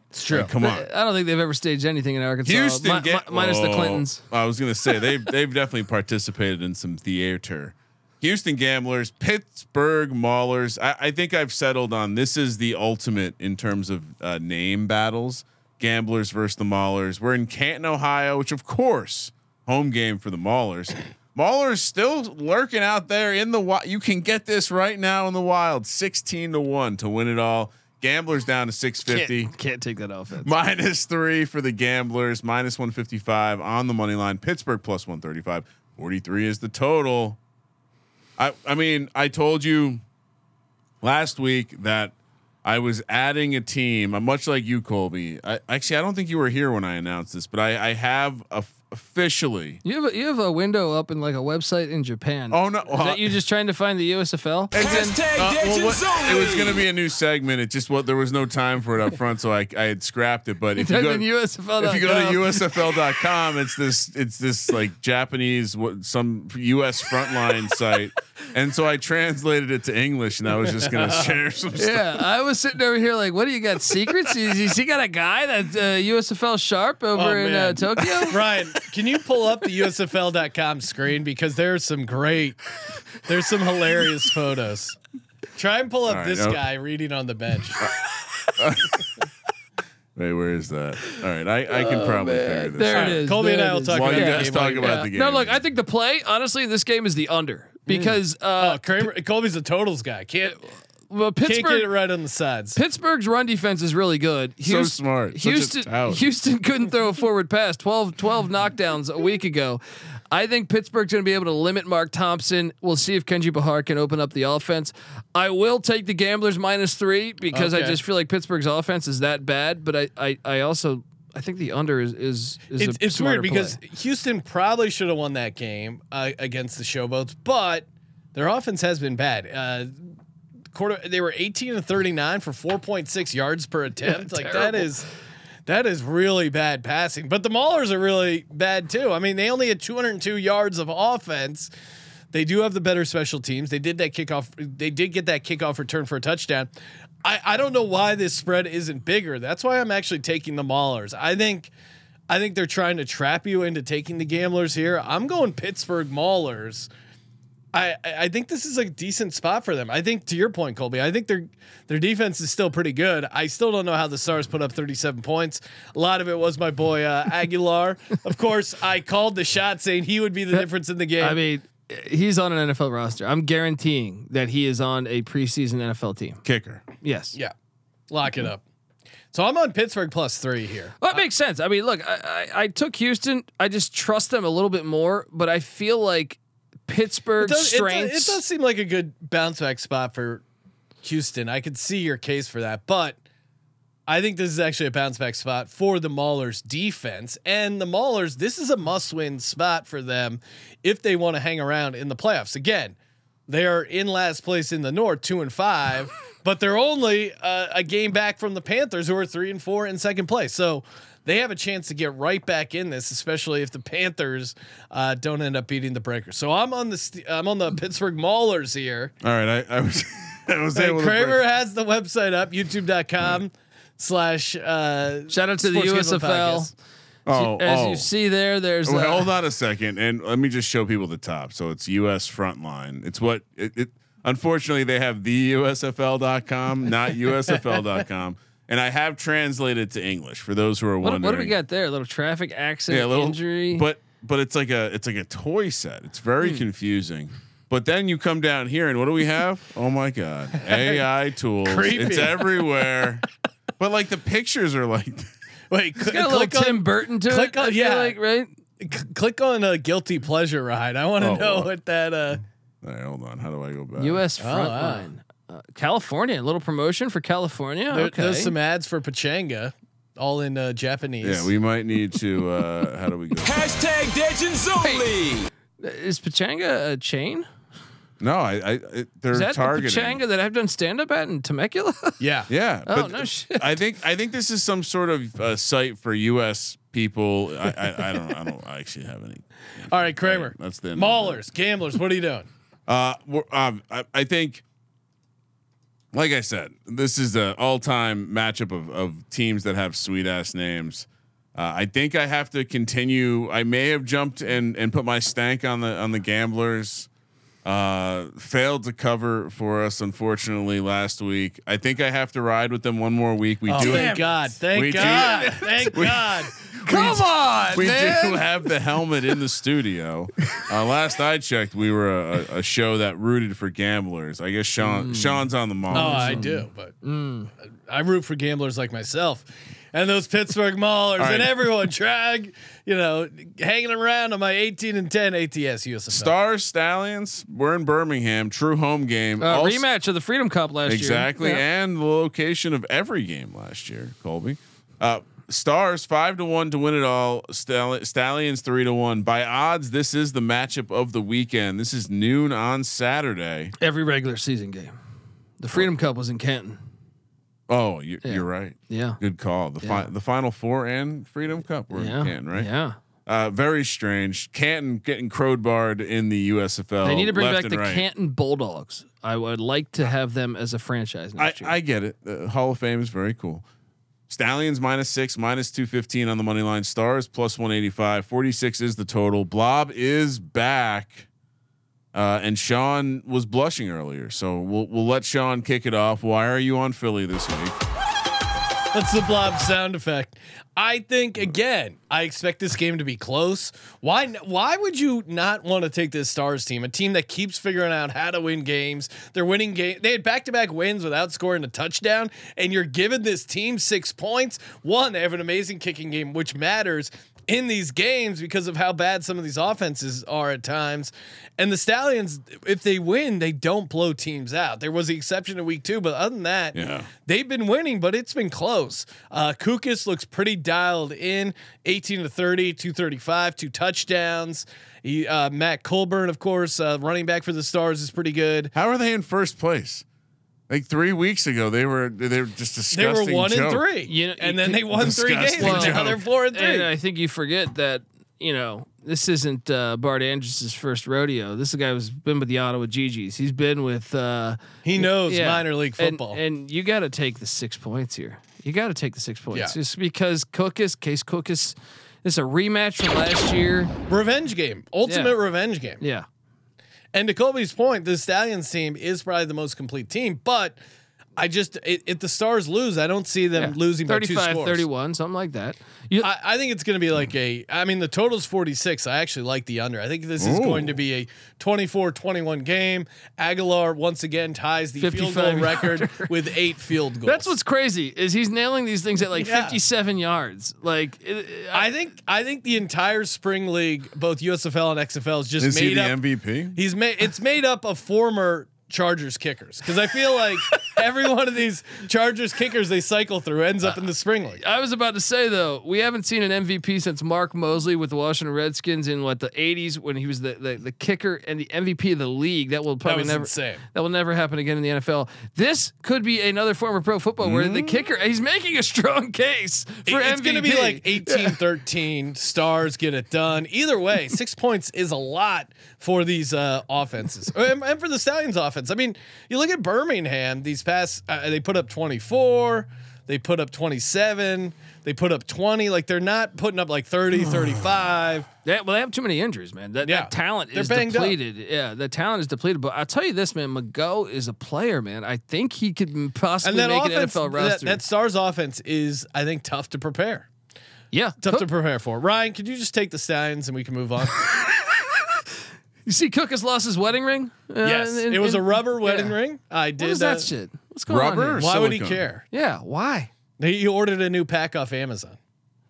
A: it's true.
G: Come on.
H: I don't think they've ever staged anything in Arkansas,
G: Houston,
H: uh, mi-
G: get,
H: mi- minus the
G: Oh,
H: Clintons.
G: I was gonna
H: [LAUGHS]
G: say they've they've definitely participated in some theater. Houston gamblers, Pittsburgh maulers. I, I think I've settled on this is the ultimate in terms of uh, name battles. Gamblers versus the maulers. We're in Canton, Ohio, which of course home game for
H: [CLEARS THROAT]
G: the maulers. Maulers still lurking out there in the wild. You can get this right now in the wild, sixteen to one to win it all. Gamblers down to six fifty
H: Can't, can't take that offense.
G: minus three for the gamblers minus 155 on the money line pittsburgh plus 135 43 is the total i i mean i told you last week that i was adding a team uh, much like you colby i actually i don't think you were here when i announced this but i i have of- officially
H: You have a, you have a window up in like a website in Japan.
G: oh no
H: Is that you just trying to find the USFL?
F: Hashtag
G: Uh, well,
F: digits
G: what- it was
F: only.
G: going to be a new segment. It just what there was no time for it up front, so I, I had scrapped it. But if you
H: Type
G: go,
H: in USFL.
G: if you go to usfl.com it's this it's this like japanese what some us frontline
H: [LAUGHS]
G: site and so i translated it to english and i was
H: [LAUGHS]
G: just gonna share some stuff
H: Yeah, I was sitting over here like, what do you got? Secrets? Is, is he got a guy that's uh, USFL sharp over
A: Oh,
H: in uh,
A: man. [LAUGHS]
H: Tokyo?
A: Ryan, can you pull up the USFL.com screen because there's some great, there's some hilarious photos. Try and pull up
G: All right,
A: this
G: nope.
A: guy reading on the bench.
G: wait where is that all right i, I can probably figure this
H: Oh, There
G: out
H: it is.
A: Colby and
H: there
A: I
H: it
A: will
H: is.
A: talk
G: While
A: about
G: you
A: that
G: guys
A: game
G: talk
A: later.
G: about the game
H: No, look, I think the play, honestly, this game is the under because
A: Oh,
H: uh,
A: Kramer, Colby's a totals guy. Can't
H: well,
A: can't get it
H: Pittsburgh.
A: right on the sides.
H: Pittsburgh's run defense is really good. Houst-
G: smart. Such a
H: Houston,
G: tout.
H: Houston couldn't throw a forward pass. 12, 12 knockdowns a week ago. I think Pittsburgh's going to be able to limit Mark Thompson. We'll see if Kenji Bahar can open up the offense. I will take the Gamblers minus three because I
A: Okay.
H: just feel like Pittsburgh's offense is that bad. But I, I, I also I think the under is is,
A: It's,
H: is a
A: it's weird
H: smarter play.
A: because Houston probably should have won that game uh, against the Showboats, but their offense has been bad. Uh, quarter. They were 18 and 39 for 4.6 yards per attempt. like that
H: terrible.
A: is that is really bad passing. But the Maulers are really bad too. I mean, they only had 202 yards of offense. They do have the better special teams. They did that kickoff. They did get that kickoff return for a touchdown. I, I don't know why this spread isn't bigger. That's why I'm actually taking the Maulers. I think I think they're trying to trap you into taking the gamblers here. I'm going Pittsburgh Maulers. I, I I think this is a decent spot for them. I think to your point, Colby, I think their their defense is still pretty good. I still don't know how the Stars put up 37 points. A lot of it was my boy uh, Aguilar. Of course, I called the shot saying he would be the difference in the game.
H: [LAUGHS] I mean, he's on an NFL roster. I'm guaranteeing that he is on a preseason NFL team.
G: Kicker.
H: Yes.
A: yeah, lock it up. So I'm on Pittsburgh plus three here.
H: Well, that makes sense. I mean, look, I, I, I took Houston. I just trust them a little bit more, but I feel like
A: It
H: Pittsburgh
A: does, it, does,
H: strengths.
A: it does seem like a good bounce back spot for Houston. I could see your case for that, but I think this is actually a bounce back spot for the Maulers defense and the Maulers. This is a must win spot for them if they want to hang around in the playoffs. Again, they are in last place in the North, two and
H: [LAUGHS]
A: five, but they're only uh, a game back from the Panthers, who are three and four in second place. So they have a chance to get right back in this, especially if the Panthers uh, don't end up beating the Breakers. So I'm on the st- I'm on the [LAUGHS] Pittsburgh Maulers here.
G: All right, I, I was [LAUGHS] I was
A: Hey,
G: able to break-
A: Kramer has the website up, youtube.com slash uh
H: Shout out to the
A: Sports Gambling
H: USFL.
A: Podcast.
G: Oh,
H: As
G: oh.
H: you see there, there's
G: Well,
H: uh,
G: hold on a second, and let me just show people the top. So it's U.S. Frontline. It's what it. it unfortunately, they have
H: [LAUGHS]
G: the USFL.com, not USFL.com, and I have translated to English for those who are
H: What,
G: wondering.
H: what do we got there? A little traffic accident,
G: Yeah, a little
H: injury. Hmm.
G: but but it's like a it's like a toy set. It's very confusing. But then you come down here, and what do
H: [LAUGHS]
G: we have? Oh my god, AI tools.
A: Creepy.
G: It's everywhere. But like the pictures are like. [LAUGHS]
A: Wait, cl-
H: got a little
A: click on,
H: Tim Burton to
A: click
H: it.
A: on-
H: I feel
A: yeah.
H: like, right?
A: c- click on a guilty pleasure ride. I want to
G: Oh,
A: know
G: wow.
A: what that uh
G: All right, hold on. How do I go back?
H: U.S.
A: wow.
H: frontline, uh, California. A little promotion for California.
A: there-
H: okay.
A: there's some ads for Pachanga all in uh, Japanese.
G: Yeah, we might need to. Uh, how do we go?
F: Hashtag Dejins only.
H: Is Pachanga a chain?
G: No, I, I it, they're
H: Is that
G: targeting.
H: the Pachanga that I've done stand up at in Temecula? [LAUGHS]
A: yeah.
G: Yeah.
H: Oh,
G: but
H: no shit.
G: I think I think this is some sort of uh, site for U.S. people. I, I, I don't
H: [LAUGHS]
G: I don't actually have any.
A: All right, Kramer.
G: That's the end of that.
A: Maulers, gamblers, what are you doing?
G: Uh, we're, um, I, I think, like I said, this is the all-time matchup of, of teams that have sweet ass names. Uh, I think I have to continue. I may have jumped and and put my stank on the on the gamblers. Uh, failed to cover for us unfortunately last week. I think I have to ride with them one more week. We
A: Oh,
G: do
A: thank God. Thank
G: We do-
A: God.
G: [LAUGHS]
A: Thank God.
G: Come
F: on,
G: [LAUGHS] we do have the helmet in the studio. Uh, last I checked, we were a, a a show that rooted for gamblers. I guess Sean
H: Hmm.
G: Sean's on the mall.
A: Oh, I do, but mm, I root for gamblers like myself. And those Pittsburgh Maulers
G: right.
A: and everyone [LAUGHS] trying, you know, hanging around on my 18 and 10 ATS USFL.
G: Stars Stallions. We're in Birmingham. True home game.
H: Uh,
G: Also-
H: rematch of the Freedom Cup last
G: Exactly,
H: year.
G: and the location of every game last year. Colby. Uh, Stars five to one to win it all. Stall- Stallions three to one. By odds, this is the matchup of the weekend. This is noon on Saturday.
H: Every regular season game. The Freedom Cup was in Canton.
G: Oh, you're,
H: Yeah.
G: you're right.
H: Yeah.
G: Good call. The
H: Yeah.
G: fi- the final four and Freedom Cup were
H: Yeah.
G: in Canton, right?
H: Yeah.
G: Uh, very strange. Canton getting crowbarred in the USFL.
H: They need to bring
G: Oh, left
H: back
G: and
H: the
G: right.
H: Canton Bulldogs. I would like to have them as a franchise
G: I,
H: next year.
G: I get it. The Hall of Fame is very cool. Stallions minus six, minus 215 on the money line. Stars plus 185. 46 is the total. Blob is back. Uh, and Sean was blushing earlier. So we'll, we'll let Sean kick it off. Why are you on Philly this week?
A: That's the blob sound effect. I think again, I expect this game to be close. Why why would you not want to take this Stars team, a team that keeps figuring out how to win games? They're winning game. They had back-to-back wins without scoring a touchdown and you're giving this team 6 points. One, they have an amazing kicking game which matters in these games because of how bad some of these offenses are at times. And the Stallions, if they win, they don't blow teams out. There was the exception in week two, but other than that,
G: Yeah.
A: they've been winning, but it's been close. Uh, Kukis looks pretty dialed in 18 to 30, 235, two touchdowns. He, uh, Matt Colburn, of course, uh, running back for the Stars, is pretty good.
G: How are they in first place? Like three weeks ago, they were they were just
A: They
G: disgusting.
A: were one
G: joke.
A: and three,
H: You know-
A: and
H: you
A: then
H: could-
A: they won three games.
G: Disgusting
A: and now
G: joke.
A: they're four and three.
H: And uh, I think you forget that you know this isn't uh, Bart Andrus's first rodeo. This is a guy who's been with the Ottawa GGs. He's been with uh,
A: he knows
H: yeah.
A: minor league
H: And-
A: football.
H: and, you got to take the six points here. You got to take the six points
A: Yeah.
H: just because Cookus Case Cookus. It's a rematch from last year.
A: revenge game, ultimate
H: Yeah.
A: revenge game.
H: Yeah,
A: And to Kobe's point, the Stallions team is probably the most complete team, but I just i- if the Stars lose, I don't see them
H: yeah.
A: losing by two scores.
H: 31, something like that. You,
A: I, I think it's going to be like a. I mean, the total's 46. I actually like the under. I think this is
G: Ooh.
A: going to be a 24-21 game. Aguilar once again ties the field
H: 55
A: goal record with eight field goals.
H: that's what's crazy is he's nailing these things at like
A: Yeah.
H: 57 yards. Like it-
A: I think. I think the entire spring league, both USFL and XFL, is just
G: Is
A: made
G: he the
A: up.
G: MVP?
A: He's made. It's made up of former Chargers kickers because I feel
G: [LAUGHS]
A: like every one of these Chargers kickers they cycle through ends up in the spring league.
H: I was about to say though, we haven't seen an MVP since Mark Mosley with the Washington Redskins in what the '80s when he was the the, the kicker and the MVP of the league. That will probably
A: was
H: never
A: insane.
H: that will never happen again in the NFL. This could be another form of pro football where
A: Mm.
H: the kicker he's making a strong case for
A: it's
H: MVP.
A: going to be like eighteen thirteen stars get it done either
H: [LAUGHS]
A: way six points is a lot for these uh, offenses and, and for the stallions offense i mean you look at birmingham these past uh, they put up 24 they put up 27 they put up 20 like they're not putting up like
H: [SIGHS]
A: 30 35
H: Yeah, well, they have too many injuries, man. That,
A: Yeah.
H: that talent
A: They're
H: is
A: banged up.
H: depleted. Yeah, the talent is depleted. But I'll tell you this, man, McGo is a player, man. I think he could m- possibly
A: and that
H: make
A: offense
H: an NFL
A: that,
H: roster.
A: that stars offense is i think tough to prepare
H: yeah,
A: tough
H: Cook-
A: to prepare for ryan could you just take the stallions and we can move on
H: [LAUGHS] you see, Cook has lost his wedding ring. [LAUGHS] Uh,
A: yes
H: in-
A: it was
H: in-
A: a rubber wedding
H: yeah.
A: ring i
H: What
A: did
H: is that
A: uh,
H: shit? What's going
G: Rubber?
H: on?
G: or
H: Here?
A: why would he
G: silicone?
A: care
H: Yeah, why?
A: He he ordered a new pack off Amazon.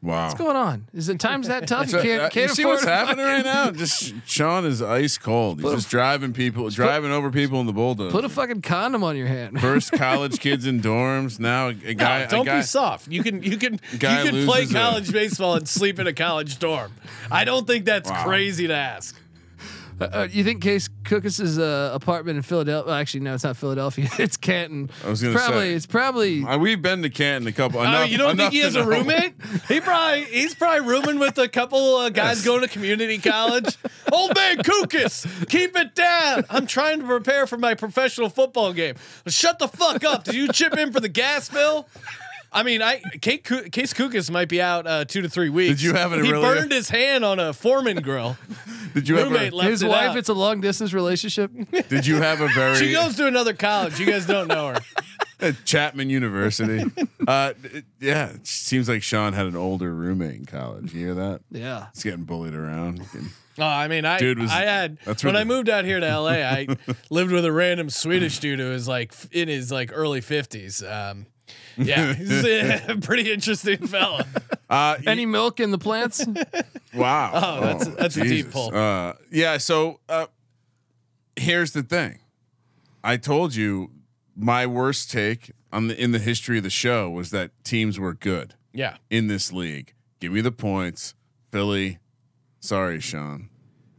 G: Wow.
H: What's going on? Is it times that tough? You
G: So, uh,
H: can't,
G: you
H: can't
G: see
H: afford
G: what's
H: to
G: happening
H: fucking-
G: right now? Just Sean is ice cold. He's just driving people, driving over people in the bulldozer.
H: Put a fucking condom on your hand.
G: First college kids in dorms. Now a
A: No,
G: guy. a
A: don't
G: guy-
A: be soft. You can you can you
G: [LAUGHS] Guy
A: can play
G: loses a-
A: college baseball and sleep in a college dorm. I don't think that's
G: Wow.
A: crazy to ask.
H: Uh, you think Case Cookus's uh, apartment in Philadelphia? well, Actually, no, it's not Philadelphia. [LAUGHS] It's Canton.
G: I was gonna
H: it's probably
G: say.
H: it's probably
G: Uh, we've been to Canton a couple.
A: I
G: Enough,
A: mean, Uh, Oh, you don't
G: enough
A: think he
G: to
A: has a
G: know.
A: roommate? He probably he's probably rooming with a couple uh, guys going to community
G: [LAUGHS]
A: college. Old man Kukas, keep it down. I'm trying to prepare for my professional football game. Shut the fuck up. Did you chip in for the gas bill? I mean, I Kate, Ku- Case Kukas might be out uh, two to three weeks.
G: Did you have it
A: He
G: really-
A: burned his hand on a Foreman grill.
G: Did you
A: Roommate
G: ever?
A: left
H: his
A: it
H: wife.
A: out.
H: It's a long distance relationship.
G: Did you have a
A: [LAUGHS]
G: very?
A: She goes to another college. You guys don't know her.
G: at Chapman University. [LAUGHS] uh, it- yeah, it seems like Sean had an older roommate in college. You hear that?
H: yeah.
G: It's getting bullied around. Getting-
A: [LAUGHS] Oh, I mean, I
G: Dude was-
A: I had
G: that's
A: when
G: really-
A: I moved out here to LA,
G: [LAUGHS]
A: I lived with a random Swedish dude who was like f- in his like early fifties. Um,
G: [LAUGHS]
A: yeah, he's a [LAUGHS] pretty interesting fella.
G: Uh,
H: Any milk in the plants?
G: wow.
A: [LAUGHS] Oh, that's- that's a deep
G: Jesus.
A: pull.
G: Uh, yeah. So uh, here's the thing. I told you my worst take on the in the history of the show was that teams were good
A: Yeah,
G: in this league. Give me the points, Philly. Sorry, Sean.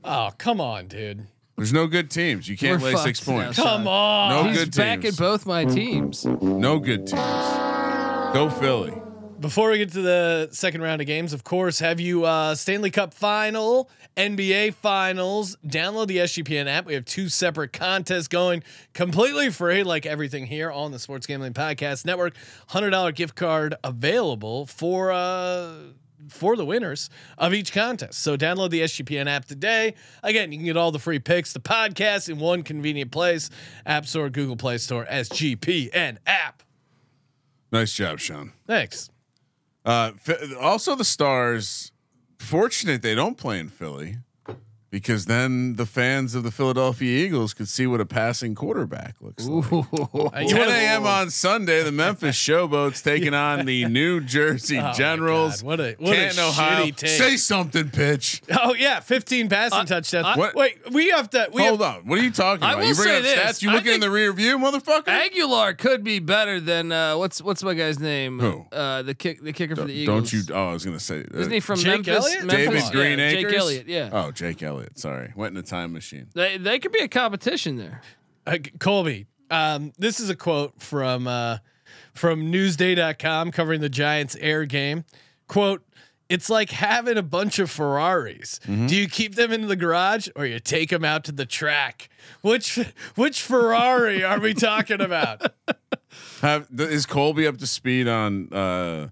A: Oh, come on, dude.
G: There's no good teams. You can't
H: We're
G: lay six
H: fucked now,
G: points.
H: Sean.
A: Come on.
G: No
H: He's
G: good
H: back
G: teams.
H: at both my teams.
G: No good teams. Go Philly.
A: Before we get to the second round of games, of course, have you uh, Stanley Cup Final, NBA Finals? Download the SGPN app. We have two separate contests going completely free, like everything here on the Sports Gambling Podcast Network. Hundred dollar gift card available for uh, for the winners of each contest. So download the SGPN app today. Again, you can get all the free picks, the podcast in one convenient place: App Store, Google Play Store, SGPN app.
G: Nice job, Sean.
A: Thanks.
G: Uh, Ph- also, the Stars. Fortunate they don't play in Philly, because then the fans of the Philadelphia Eagles could see what a passing quarterback looks like.
A: Uh, you
G: 10
A: wanna-
G: a.m. on Sunday, the
H: [LAUGHS]
G: Memphis Showboats taking on the New
H: Oh
G: Jersey
A: my
G: Generals.
A: God, what a- what a
G: Canton, Ohio.
A: shitty take.
G: Say something, pitch.
A: Oh yeah, 15 passing touchdowns.
G: what-
A: Wait, we have to. We
G: Hold
A: have,
G: on. What are you talking
H: I
G: about?
H: will
G: You bring
H: say
G: up
H: this.
G: stats. You
H: I
G: looking in
H: think-
G: the rear view, motherfucker?
H: Aguilar could be better than uh, what's what's my guy's name?
G: Who?
H: Uh, the kick the kicker for the Eagles.
G: Don't you? Oh, I was gonna say. uh,
H: Isn't he from
A: Jake
H: Memphis?
A: Elliott?
H: Memphis?
G: David
H: Yeah,
G: Green
H: Jake
G: Acres?
H: Elliott. Yeah.
G: Oh, Jake Elliott. Sorry, went in a time machine.
H: They, they could be a competition there.
A: uh, Colby. Um, this is a quote from uh, from Newsday.com covering the Giants' air game. Quote: It's like having a bunch of Ferraris.
G: Mm-hmm.
A: Do you keep them in the garage or you take them out to the track? Which which Ferrari are we talking about?
G: Have, th- is Colby up to speed on? Uh,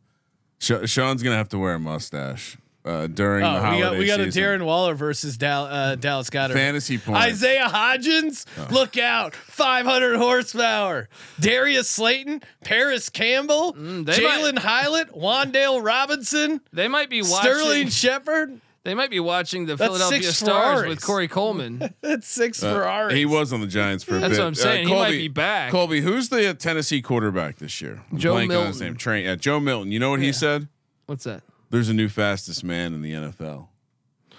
G: Sha Sean's gonna have to wear a mustache uh, during the
A: Oh, we
G: holiday
A: got we got
G: season.
A: a Darren Waller versus Dal, uh, Dallas Goddard.
G: Fantasy points.
A: Isaiah Hodgins, look out! 500 horsepower. Darius Slayton, Paris Campbell,
H: they
A: Jalen Hylett, Wandale Robinson,
H: They might be watching.
A: Sterling Shepard.
H: [LAUGHS] They might be watching the
A: That's
H: Philadelphia
A: six
H: Stars
A: Ferraris.
H: with Corey Coleman.
A: That's six
G: Uh,
A: Ferraris.
G: He was on the Giants for a
H: That's
G: bit. Uh,
H: what I'm saying. He might be back.
G: Colby, who's the uh, Tennessee quarterback this year? I'm
H: Joe
G: blanking on his
H: Milton.
G: name. Train. Yeah, Joe Milton. You know what he said?
H: What's that?
G: There's a new fastest man in the NFL.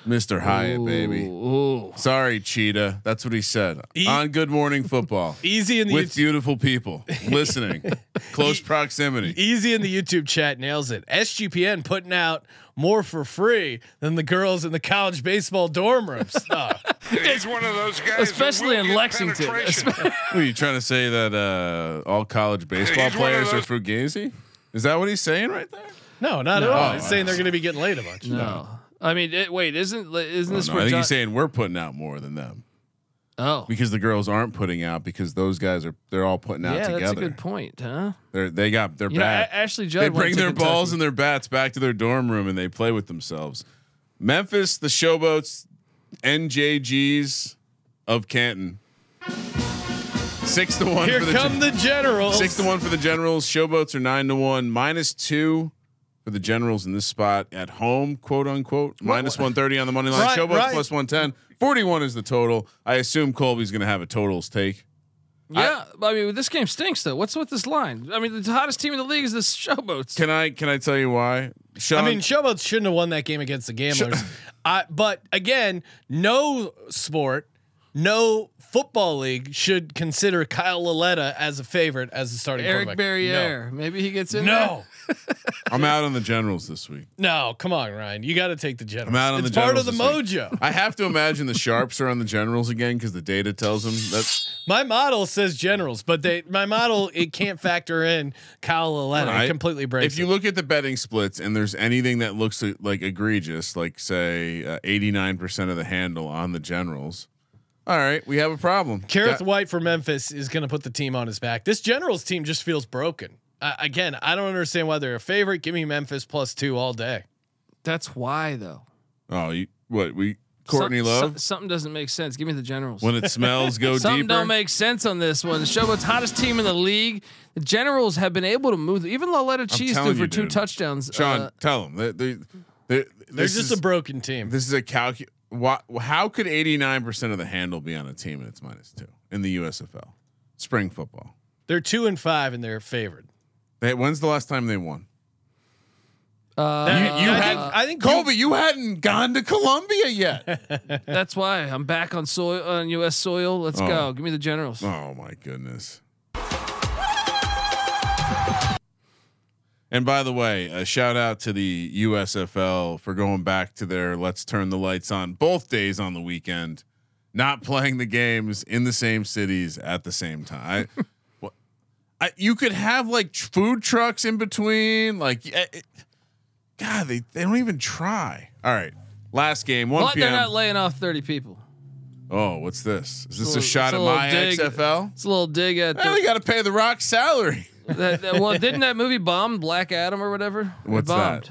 G: Mr. Hyatt, baby.
H: Ooh.
G: Sorry, Cheetah. That's what he said
A: He-
G: on Good Morning Football.
A: easy in the
G: with
A: YouTube,
G: beautiful people
A: [LAUGHS]
G: listening, close proximity.
A: easy in the YouTube chat nails it. SGPN putting out more for free than the girls in the college baseball dorm room stuff.
D: He's one of those guys, who
H: Especially
D: will
H: in
D: get
H: Lexington.
D: penetration.
G: What Are you trying to say that uh, all college baseball
D: He's one of
G: players are
D: those-
G: fugazi? Is that what he's saying right there?
A: no, not at all. He's
G: Oh,
A: saying they're going to be getting laid a bunch.
H: No. I mean, it, wait, isn't isn't
G: I
H: this
G: don't
H: for
G: know. Oh, I think
H: John-
G: he's saying we're putting out more than them
H: Oh.
G: because the girls aren't putting out because those guys are they're all putting out
H: Yeah,
G: together.
H: that's a good point, huh?
G: They're, they got they're
H: You know,
G: bad.
H: A- Ashley Judd
G: they
H: went
G: bring
H: to
G: their
H: Kentucky.
G: balls and their bats back to their dorm room and they play with themselves. Memphis, the showboats, NJGs of Canton. Six to one
A: Here
G: for the
A: come the generals.
G: Six to one for the Generals. Showboats are nine to one. Minus two for the Generals in this spot at home, quote unquote. Minus one thirty on the money line.
A: Right,
G: Showboats
A: right.
G: plus one ten. Forty one is the total. I assume Colby's going to have a totals take.
H: Yeah, I, mean, this game stinks though. What's with this line? I mean, the hottest team in the league is the Showboats.
G: Can I? Can I tell you why? Sean,
A: I mean, Showboats shouldn't have won that game against the Gamblers. I, but again, no sport, no football league should consider Kyle Laletta as a favorite as the starting
H: [LAUGHS] Eric
A: quarterback.
H: Barriere, maybe he gets in. there?
A: No.
G: I'm out on the Generals this week.
A: no, no, come on, Ryan. You got to take the Generals.
G: I'm out on
A: it's
G: the
A: part
G: Generals
A: of the
G: this week.
A: mojo.
G: I have to imagine the sharps are on the Generals again because the data tells them that's
A: My model says Generals, but they my model it can't factor in Kyle Laletta.
G: Right.
A: It completely breaks.
G: if you
A: it.
G: look at the betting splits and there's anything that looks uh, like egregious, like say uh, 89% of the handle on the Generals. All right, we have a problem.
A: Kareth
G: Got-
A: White for Memphis is going to put the team on his back. This Generals team just feels broken. Uh, again, I don't understand why they're a favorite. Give me Memphis plus two all day.
H: that's why though.
G: oh, you, what we Courtney
H: Some-
G: Love
H: some- something doesn't make sense. Give me the Generals.
G: when it
A: [LAUGHS]
G: smells go
H: something
G: deeper.
H: don't make sense on this one. The Showboats hottest team in the league. The Generals have been able to move. Even Laletta Cheese
G: telling
H: threw for
G: you,
H: two
G: dude.
H: touchdowns.
G: Sean,
H: uh,
G: tell them. They, they, they,
A: They're just a broken team.
G: This is a calcu. Why, how could 89% of the handle be on a team and it's minus two in the USFL? Spring football.
A: They're two and five, and they're favored.
G: They, when's the last time they won?
H: uh,
A: That-
G: you
A: I
G: had-
A: think, I think
G: Colby, you hadn't gone to Columbia yet.
H: that's why I'm back on soil on U.S. soil. Let's
G: Oh.
H: go. Give me the Generals.
G: oh my goodness. And by the way, a shout out to the USFL for going back to their let's turn the lights on both days on the weekend, not playing the games in the same cities at the same time. [LAUGHS] I, what- I, you could have like tr- food trucks in between. Like, eh, eh, God, they, they don't even try. All right. Last game, 1
H: But
G: p.m.
H: they're not laying off 30 people.
G: Oh, what's this? Is this
H: It's a
G: a
H: little-
G: shot
H: it's
G: at
H: a little
G: my
H: dig.
G: XFL?
H: It's a little dig at
G: Well,
H: the,
G: you got to Eh, pay the Rock salary.
H: that, that- well, didn't that movie bomb Black Adam or whatever? It
G: What's that?
H: bombed.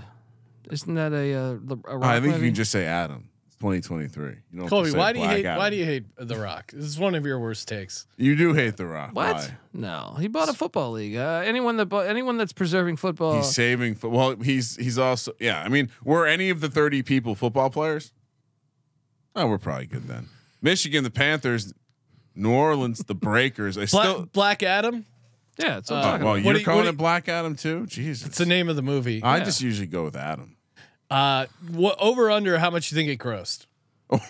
H: Isn't that a, uh, the, a rock
G: I think you
H: movie?
G: can just say Adam. It's 2023. You don't have to
A: Colby,
G: say
A: why do you
G: Black
A: hate?
G: Adam.
A: Why do you hate The Rock? This is one of your worst takes.
G: You do hate the Rock.
H: what?
G: Why?
H: No, he bought a football league. Uh, anyone that bought, anyone that's preserving football.
G: He's saving. Fo- well, he's he's also yeah. I mean, were any of the 30 people football players? Oh, we're probably good then. Michigan, the Panthers, New Orleans, the Breakers. I
A: Black,
G: still.
A: Black Adam.
H: yeah, that's what I'm
A: Uh,
H: talking
G: Oh, Well,
A: What
G: you're
A: do you- what
G: calling
A: do
G: it
A: you-
G: Black Adam too. Jesus,
A: It's the name of the movie.
G: I
H: yeah.
G: just usually go with Adam. [LAUGHS]
A: Uh, what over under? How much you think it grossed?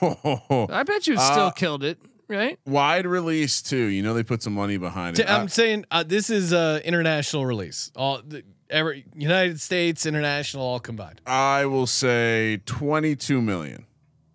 H: about. I bet you still
G: uh,
H: killed it, right?
G: wide release too. You know they put some money behind
A: T-
G: it.
H: um,
A: I'm
G: Uh,
A: saying uh, this is uh, international release. All the, every United States, international, all combined.
G: I will say 22 million.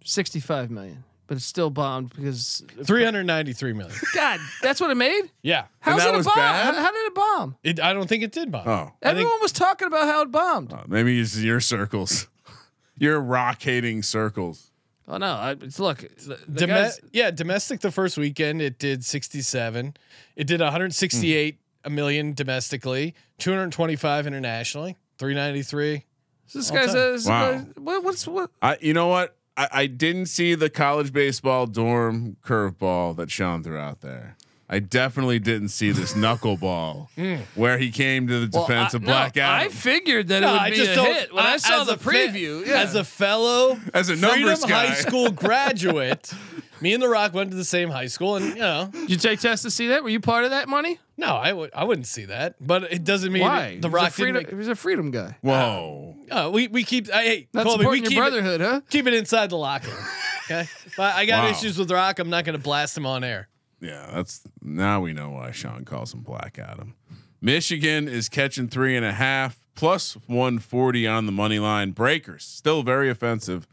H: 65 million. but it's still bombed because
A: 393
G: [LAUGHS]
A: million.
H: God, that's what it made.
A: Yeah.
H: How's
G: that
H: it a
G: was
H: bomb?
G: bad?
H: How, how did it bomb?
A: It, I don't think it did bomb.
G: Oh.
A: I think
H: Everyone was talking about how it bombed.
G: Uh, maybe it's your circles, [LAUGHS] your rock hating circles.
H: Oh no! I, it's, look, the, the
A: Dome-
H: guys,
A: yeah, domestic the first weekend it did 67. It did 168
G: Hmm.
A: a million domestically, 225 internationally, 393.
H: this guy says,
G: Wow.
H: what, "What's what?"
G: I, you know what? I, I didn't see the college baseball dorm curveball that Sean threw out there. I definitely didn't see this [LAUGHS] knuckleball where he came to the
H: Hmm. Well,
G: defense
H: I-
G: of
H: no,
G: Black
H: I
G: Adam.
H: figured that
A: No,
H: it would
A: I
H: be
A: just
H: a
A: don't.
H: hit when I, saw
A: as
H: the
A: a fe-
H: preview. yeah.
A: As a fellow,
G: [LAUGHS] As a
A: Freedom
G: numbers guy.
A: High
G: [LAUGHS]
A: School graduate, me and The Rock went to the same high school, and you know,
H: Did you take tests to see that? Were you part of that money?
A: no, I would, I wouldn't see that, but it doesn't mean The
H: Why? He was a
A: Rock.
H: freedom,
A: Didn't
H: he was a freedom guy.
G: Whoa.
A: make, uh, we we keep. I, hey,
H: That's
A: Colby, we
H: important
A: keep
H: your
A: it-
H: brotherhood, huh?
A: keep it inside the locker. room, Okay, but I got
G: Wow.
A: issues with The Rock. I'm not going to blast him on air.
G: Yeah, that's now we know why Sean calls him Black Adam. Michigan is catching three and a half plus 140 on the money line. Breakers still very offensive.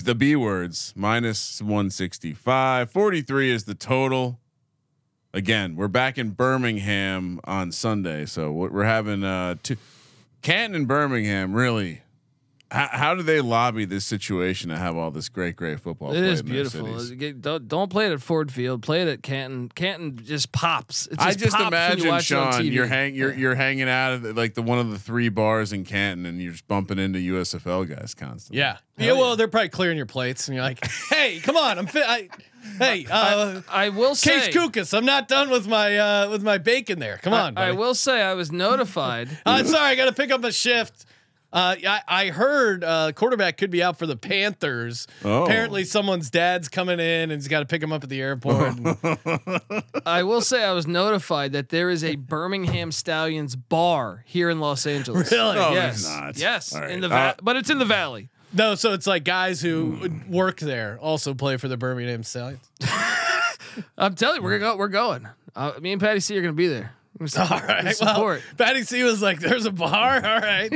G: The B words minus 165. 43 is the total. Again, we're back in Birmingham on Sunday, so we're we're having uh, two. Canton and Birmingham really. How, how do they lobby this situation to have all this great, great football?
H: It
G: played
H: is
G: in their
H: beautiful.
G: cities?
H: Get- Don't, don't play it at Ford Field. Play it at Canton. Canton just pops. It
G: I
H: just
G: just
H: pops when you
G: imagine,
H: watch it on
G: Sean,
H: TV.
G: you're hang you're you're hanging out at like the one of the three bars in Canton, and you're just bumping into USFL guys constantly.
A: Yeah. yeah. Well, they're probably clearing your plates, and you're like, "Hey, come on, I'm fit." I, hey, uh,
H: I will say,
A: Case Kukas, I'm not done with my uh, with my bacon there. Come on,
H: I
A: buddy.
H: will say, I was notified. [LAUGHS]
A: Uh, sorry, I got to pick up a shift. Uh, I, I heard uh, quarterback could be out for the Panthers.
G: Oh.
A: Apparently, someone's dad's coming in and he's got to pick him up at the airport.
H: I will say I was notified that there is a Birmingham Stallions bar here in Los Angeles.
A: Really?
G: No,
H: Yes.
G: there's not.
H: Yes.
G: All right.
H: In the
G: Uh,
H: va- but it's in the valley.
A: No, so it's like guys who would work there also play for the Birmingham Stallions.
H: I'm telling you, we're go- we're going. Uh, me and Patty C are going to be there. We're
A: [LAUGHS]
H: gonna
A: All
H: support- we're gonna
A: right. Well,
H: support.
A: Patty C was like, "There's a bar." [LAUGHS] All
H: [LAUGHS]
A: right.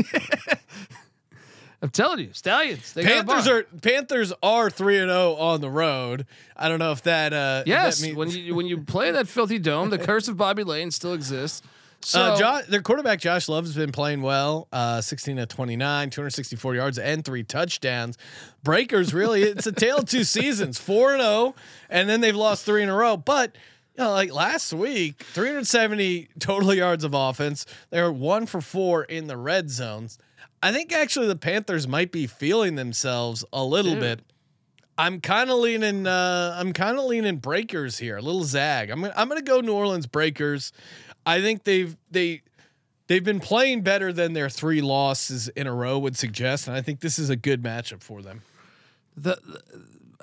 H: I'm telling you, Stallions. They
A: Panthers
H: got a bar.
A: are Panthers are three and zero on the road. I don't know if that. Uh, if
H: Yes.
A: that means-
H: when you when you play that filthy
A: [LAUGHS]
H: dome, the curse of Bobby Lane still exists. So
A: uh, Jo- their quarterback Josh Love's been playing well. Uh, 16 to 29, 264 yards and three touchdowns. Breakers really, it's a tale of two seasons, four and zero, and then they've lost three in a row. But you know, like last week, 370 total yards of offense. They were one for four in the red zones. I think actually the Panthers might be feeling themselves a little bit. I'm kind of leaning. Uh, I'm kind of leaning Breakers here. A little zag. I'm gonna. I'm gonna go New Orleans Breakers. I think they've they they've been playing better than their three losses in a row would suggest, and I think this is a good matchup for them.
H: the, the-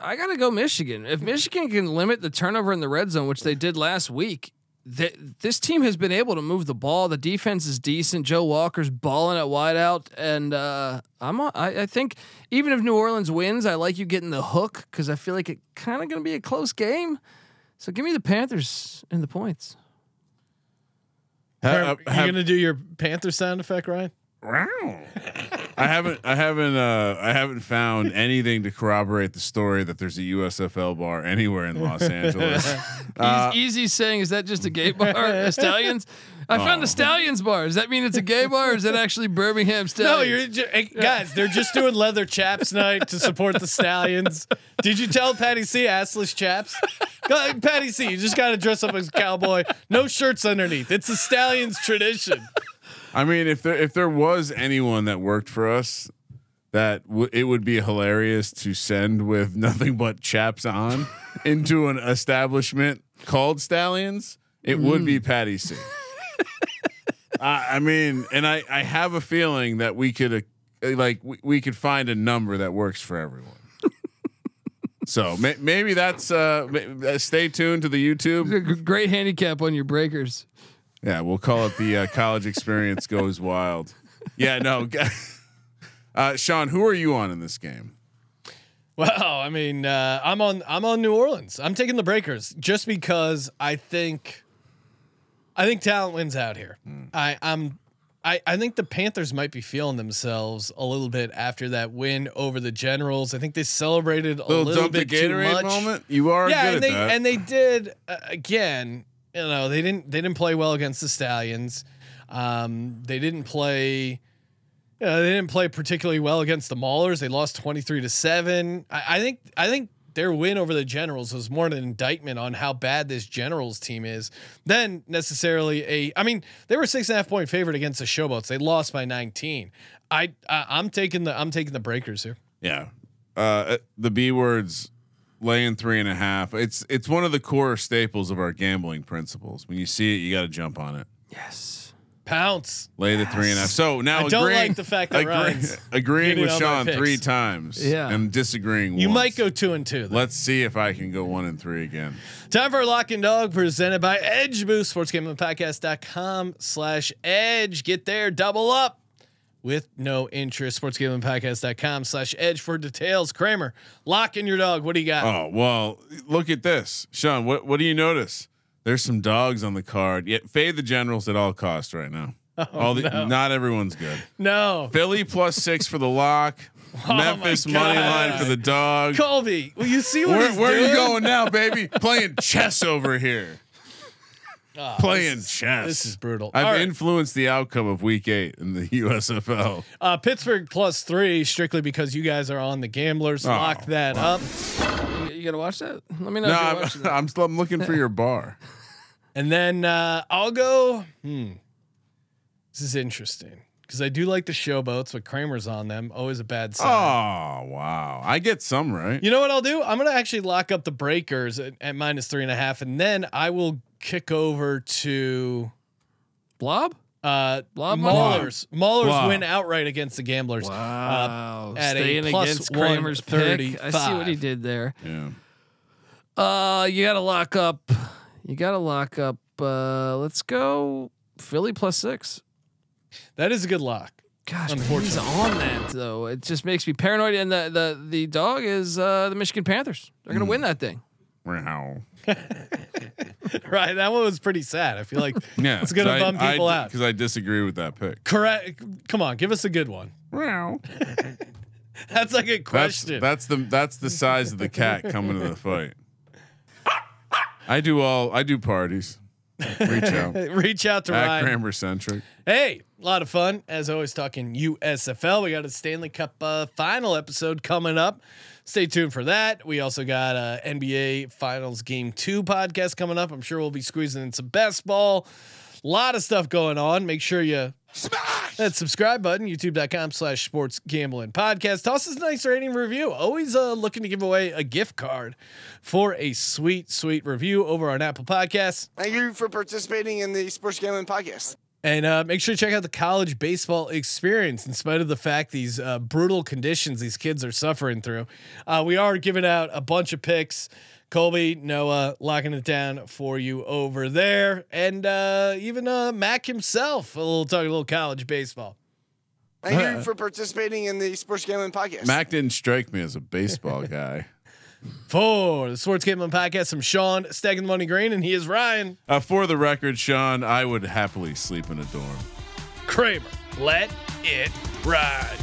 H: I gotta go Michigan. If Michigan can limit the turnover in the red zone, which they did last week, th- this team has been able to move the ball. The defense is decent. Joe Walker's balling at wideout, and uh, I'm a, I, I think even if New Orleans wins, I like you getting the hook because I feel like it kind of gonna be a close game. So give me the Panthers and the points.
G: Ha-
A: Are
G: ha-
A: you gonna do your Panther sound effect, Ryan?
G: I haven't I haven't uh, I haven't found anything to corroborate the story that there's a USFL bar anywhere in
H: [LAUGHS]
G: Los Angeles.
A: Uh,
H: Eas- easy saying, is that just a gay
A: [LAUGHS]
H: bar? Stallions. I
A: Oh.
H: found a Stallions bar. Does that mean it's a gay bar? or Is that actually
A: [LAUGHS]
H: Birmingham
A: No,
H: Stallions?
A: you're ju- hey, guys. They're just doing leather chaps night to support the Stallions. Did you tell Patty C assless chaps? Go- Patty C, you just gotta dress up as a cowboy. No shirts underneath. It's the Stallions tradition.
G: I mean, if there if there was anyone that worked for us, that w- it would be hilarious to send with [LAUGHS] nothing but chaps on into an establishment called Stallions. It would be Patty C. I, I mean, and I I have a feeling that we could uh, like we, we could find a number that works for everyone. So may, maybe that's uh, ma- uh, stay tuned to the YouTube.
H: G- g- Great handicap on your breakers.
G: Yeah, we'll call it the uh, college experience goes wild. Yeah, no. g- [LAUGHS] Uh, Sean, who are you on in this game?
A: Well, I mean, uh, I'm on I'm on New Orleans. I'm taking the Breakers just
G: Hmm.
A: because I think I think talent wins out here. I I'm I, I think the Panthers might be feeling themselves a little bit after that win over the Generals. I think they celebrated a little,
G: Little, dump the
A: bit too
G: Gatorade
A: much.
G: moment. You are
A: Yeah, and
G: good at
A: they
G: that.
A: and they did uh, again. You know, they didn't they didn't play well against the Stallions. Um, they didn't play. You know, they didn't play particularly well against the Maulers. They lost twenty three to seven. I, I think I think their win over the Generals was more an indictment on how bad this Generals team is than necessarily a. I mean, they were six and a half point favorite against the Showboats. They lost by nineteen. I, I I'm taking the I'm taking the breakers here.
G: yeah. Uh, the B words laying three and a half. It's it's one of the core staples of our gambling principles. When you see it, you got to jump on it.
H: Yes.
A: Pounce.
G: Lay the three and a half. So now
A: I don't
G: agreeing-
A: like the fact that Ryan's
G: [LAUGHS] agreeing
A: getting
G: with
A: on my
G: Sean
A: picks.
G: three times,
H: Yeah.
G: and disagreeing.
A: You
G: once.
A: might go two and two. though.
G: Let's see if I can go one and three again.
A: Time for Lock and Dog presented by Edge Boost, sportsgamblingpodcast.com slash edge. Get there, double up with no interest, sportsgamblingpodcast.com slash edge for details. Kramer, lock in your dog. What do you got?
G: Oh well, look at this, Sean. What what do you notice? There's some dogs on the card. Yet fade the Generals at all costs
A: [LAUGHS]
G: right now.
A: Oh,
G: all the, not everyone's good.
A: No.
G: Philly plus six for
A: [LAUGHS]
G: the lock. Memphis
A: Oh, God.
G: money line for the dog.
A: Colby, will you see what
G: Where,
A: he's
G: where are
A: doing?
G: you going now, baby? Playing chess over here.
A: [LAUGHS] Oh,
G: Playing
A: this is-
G: chess.
A: This is brutal.
G: I've
A: All right.
G: influenced the outcome of Week Eight in
A: [LAUGHS]
G: the [LAUGHS] USFL.
A: Uh, Pittsburgh plus three, strictly because you guys are on the gamblers.
G: Oh,
A: Lock that up.
H: You, you gotta watch that. Let me know.
G: No,
H: if you're
G: I'm,
H: watching that.
G: [LAUGHS] I'm, still, I'm looking for your
A: [LAUGHS]
G: bar.
A: And then uh, I'll go. Hmm. This is interesting because I do like the showboats, but Kramer's on them. Always a bad
G: Oh
A: sign.
G: wow, I get some right.
A: You know what I'll do? I'm gonna actually lock up the breakers at, at minus three and a half, and then I will kick over to
H: Blob.
A: uh,
H: Blob money?
A: Maulers. Maulers
G: Wow.
A: win outright against the Gamblers. Uh,
H: Wow.
A: at a
H: Staying
A: plus
H: against Kramer's pick. I see what he
A: 135.
H: did there.
G: Yeah.
H: Uh, you gotta lock up. You gotta lock up. Uh, let's go Philly plus six.
A: That is a good lock. [LAUGHS]
H: Gosh, man, he's on that though. It just makes me paranoid. And the the the dog is uh, the Michigan Panthers. They're
A: Mm.
H: gonna win that thing.
G: Wow.
A: Right, that one was pretty sad. I feel like
G: Yeah,
A: it's gonna bum people out.
G: because I disagree with that pick.
A: Correct. Come on, give us a good one.
G: Wow,
A: That's like a
G: that's
A: question.
G: that's the that's the size of the cat coming to the fight. I do all I do parties.
A: [LAUGHS]
G: Reach out
A: Reach out to
G: at
A: Ryan.
G: Crammer centric.
A: Hey, a lot of fun as always talking USFL. We got a Stanley Cup uh, final episode coming up. Stay tuned for that. We also got uh, a NBA Finals Game 2 podcast coming up. I'm sure we'll be squeezing in some best ball. A lot of stuff going on. Make sure you smash that subscribe button, youtube.com slash sports gambling podcast. Toss us a nice rating review. Always uh, looking to give away a gift card for a sweet, sweet review over on Apple Podcasts.
I: Thank you for participating in the Sports Gambling Podcast.
A: And uh, make sure to check out the college baseball experience. In spite of the fact these uh, brutal conditions these kids are suffering through, uh, we are giving out a bunch of picks. Colby, Noah, locking it down for you over there, and uh, even uh, Mac himself. A little talking a little college baseball.
I: Thank you for participating in the Sports Gambling Podcast.
G: Mac didn't strike me as a baseball guy.
A: For the Sports Gambling Podcast, I'm Sean Stacking the Money Green, and he is Ryan
G: Uh, for the record, Sean, I would happily sleep in a dorm.
A: Kramer. Let it ride.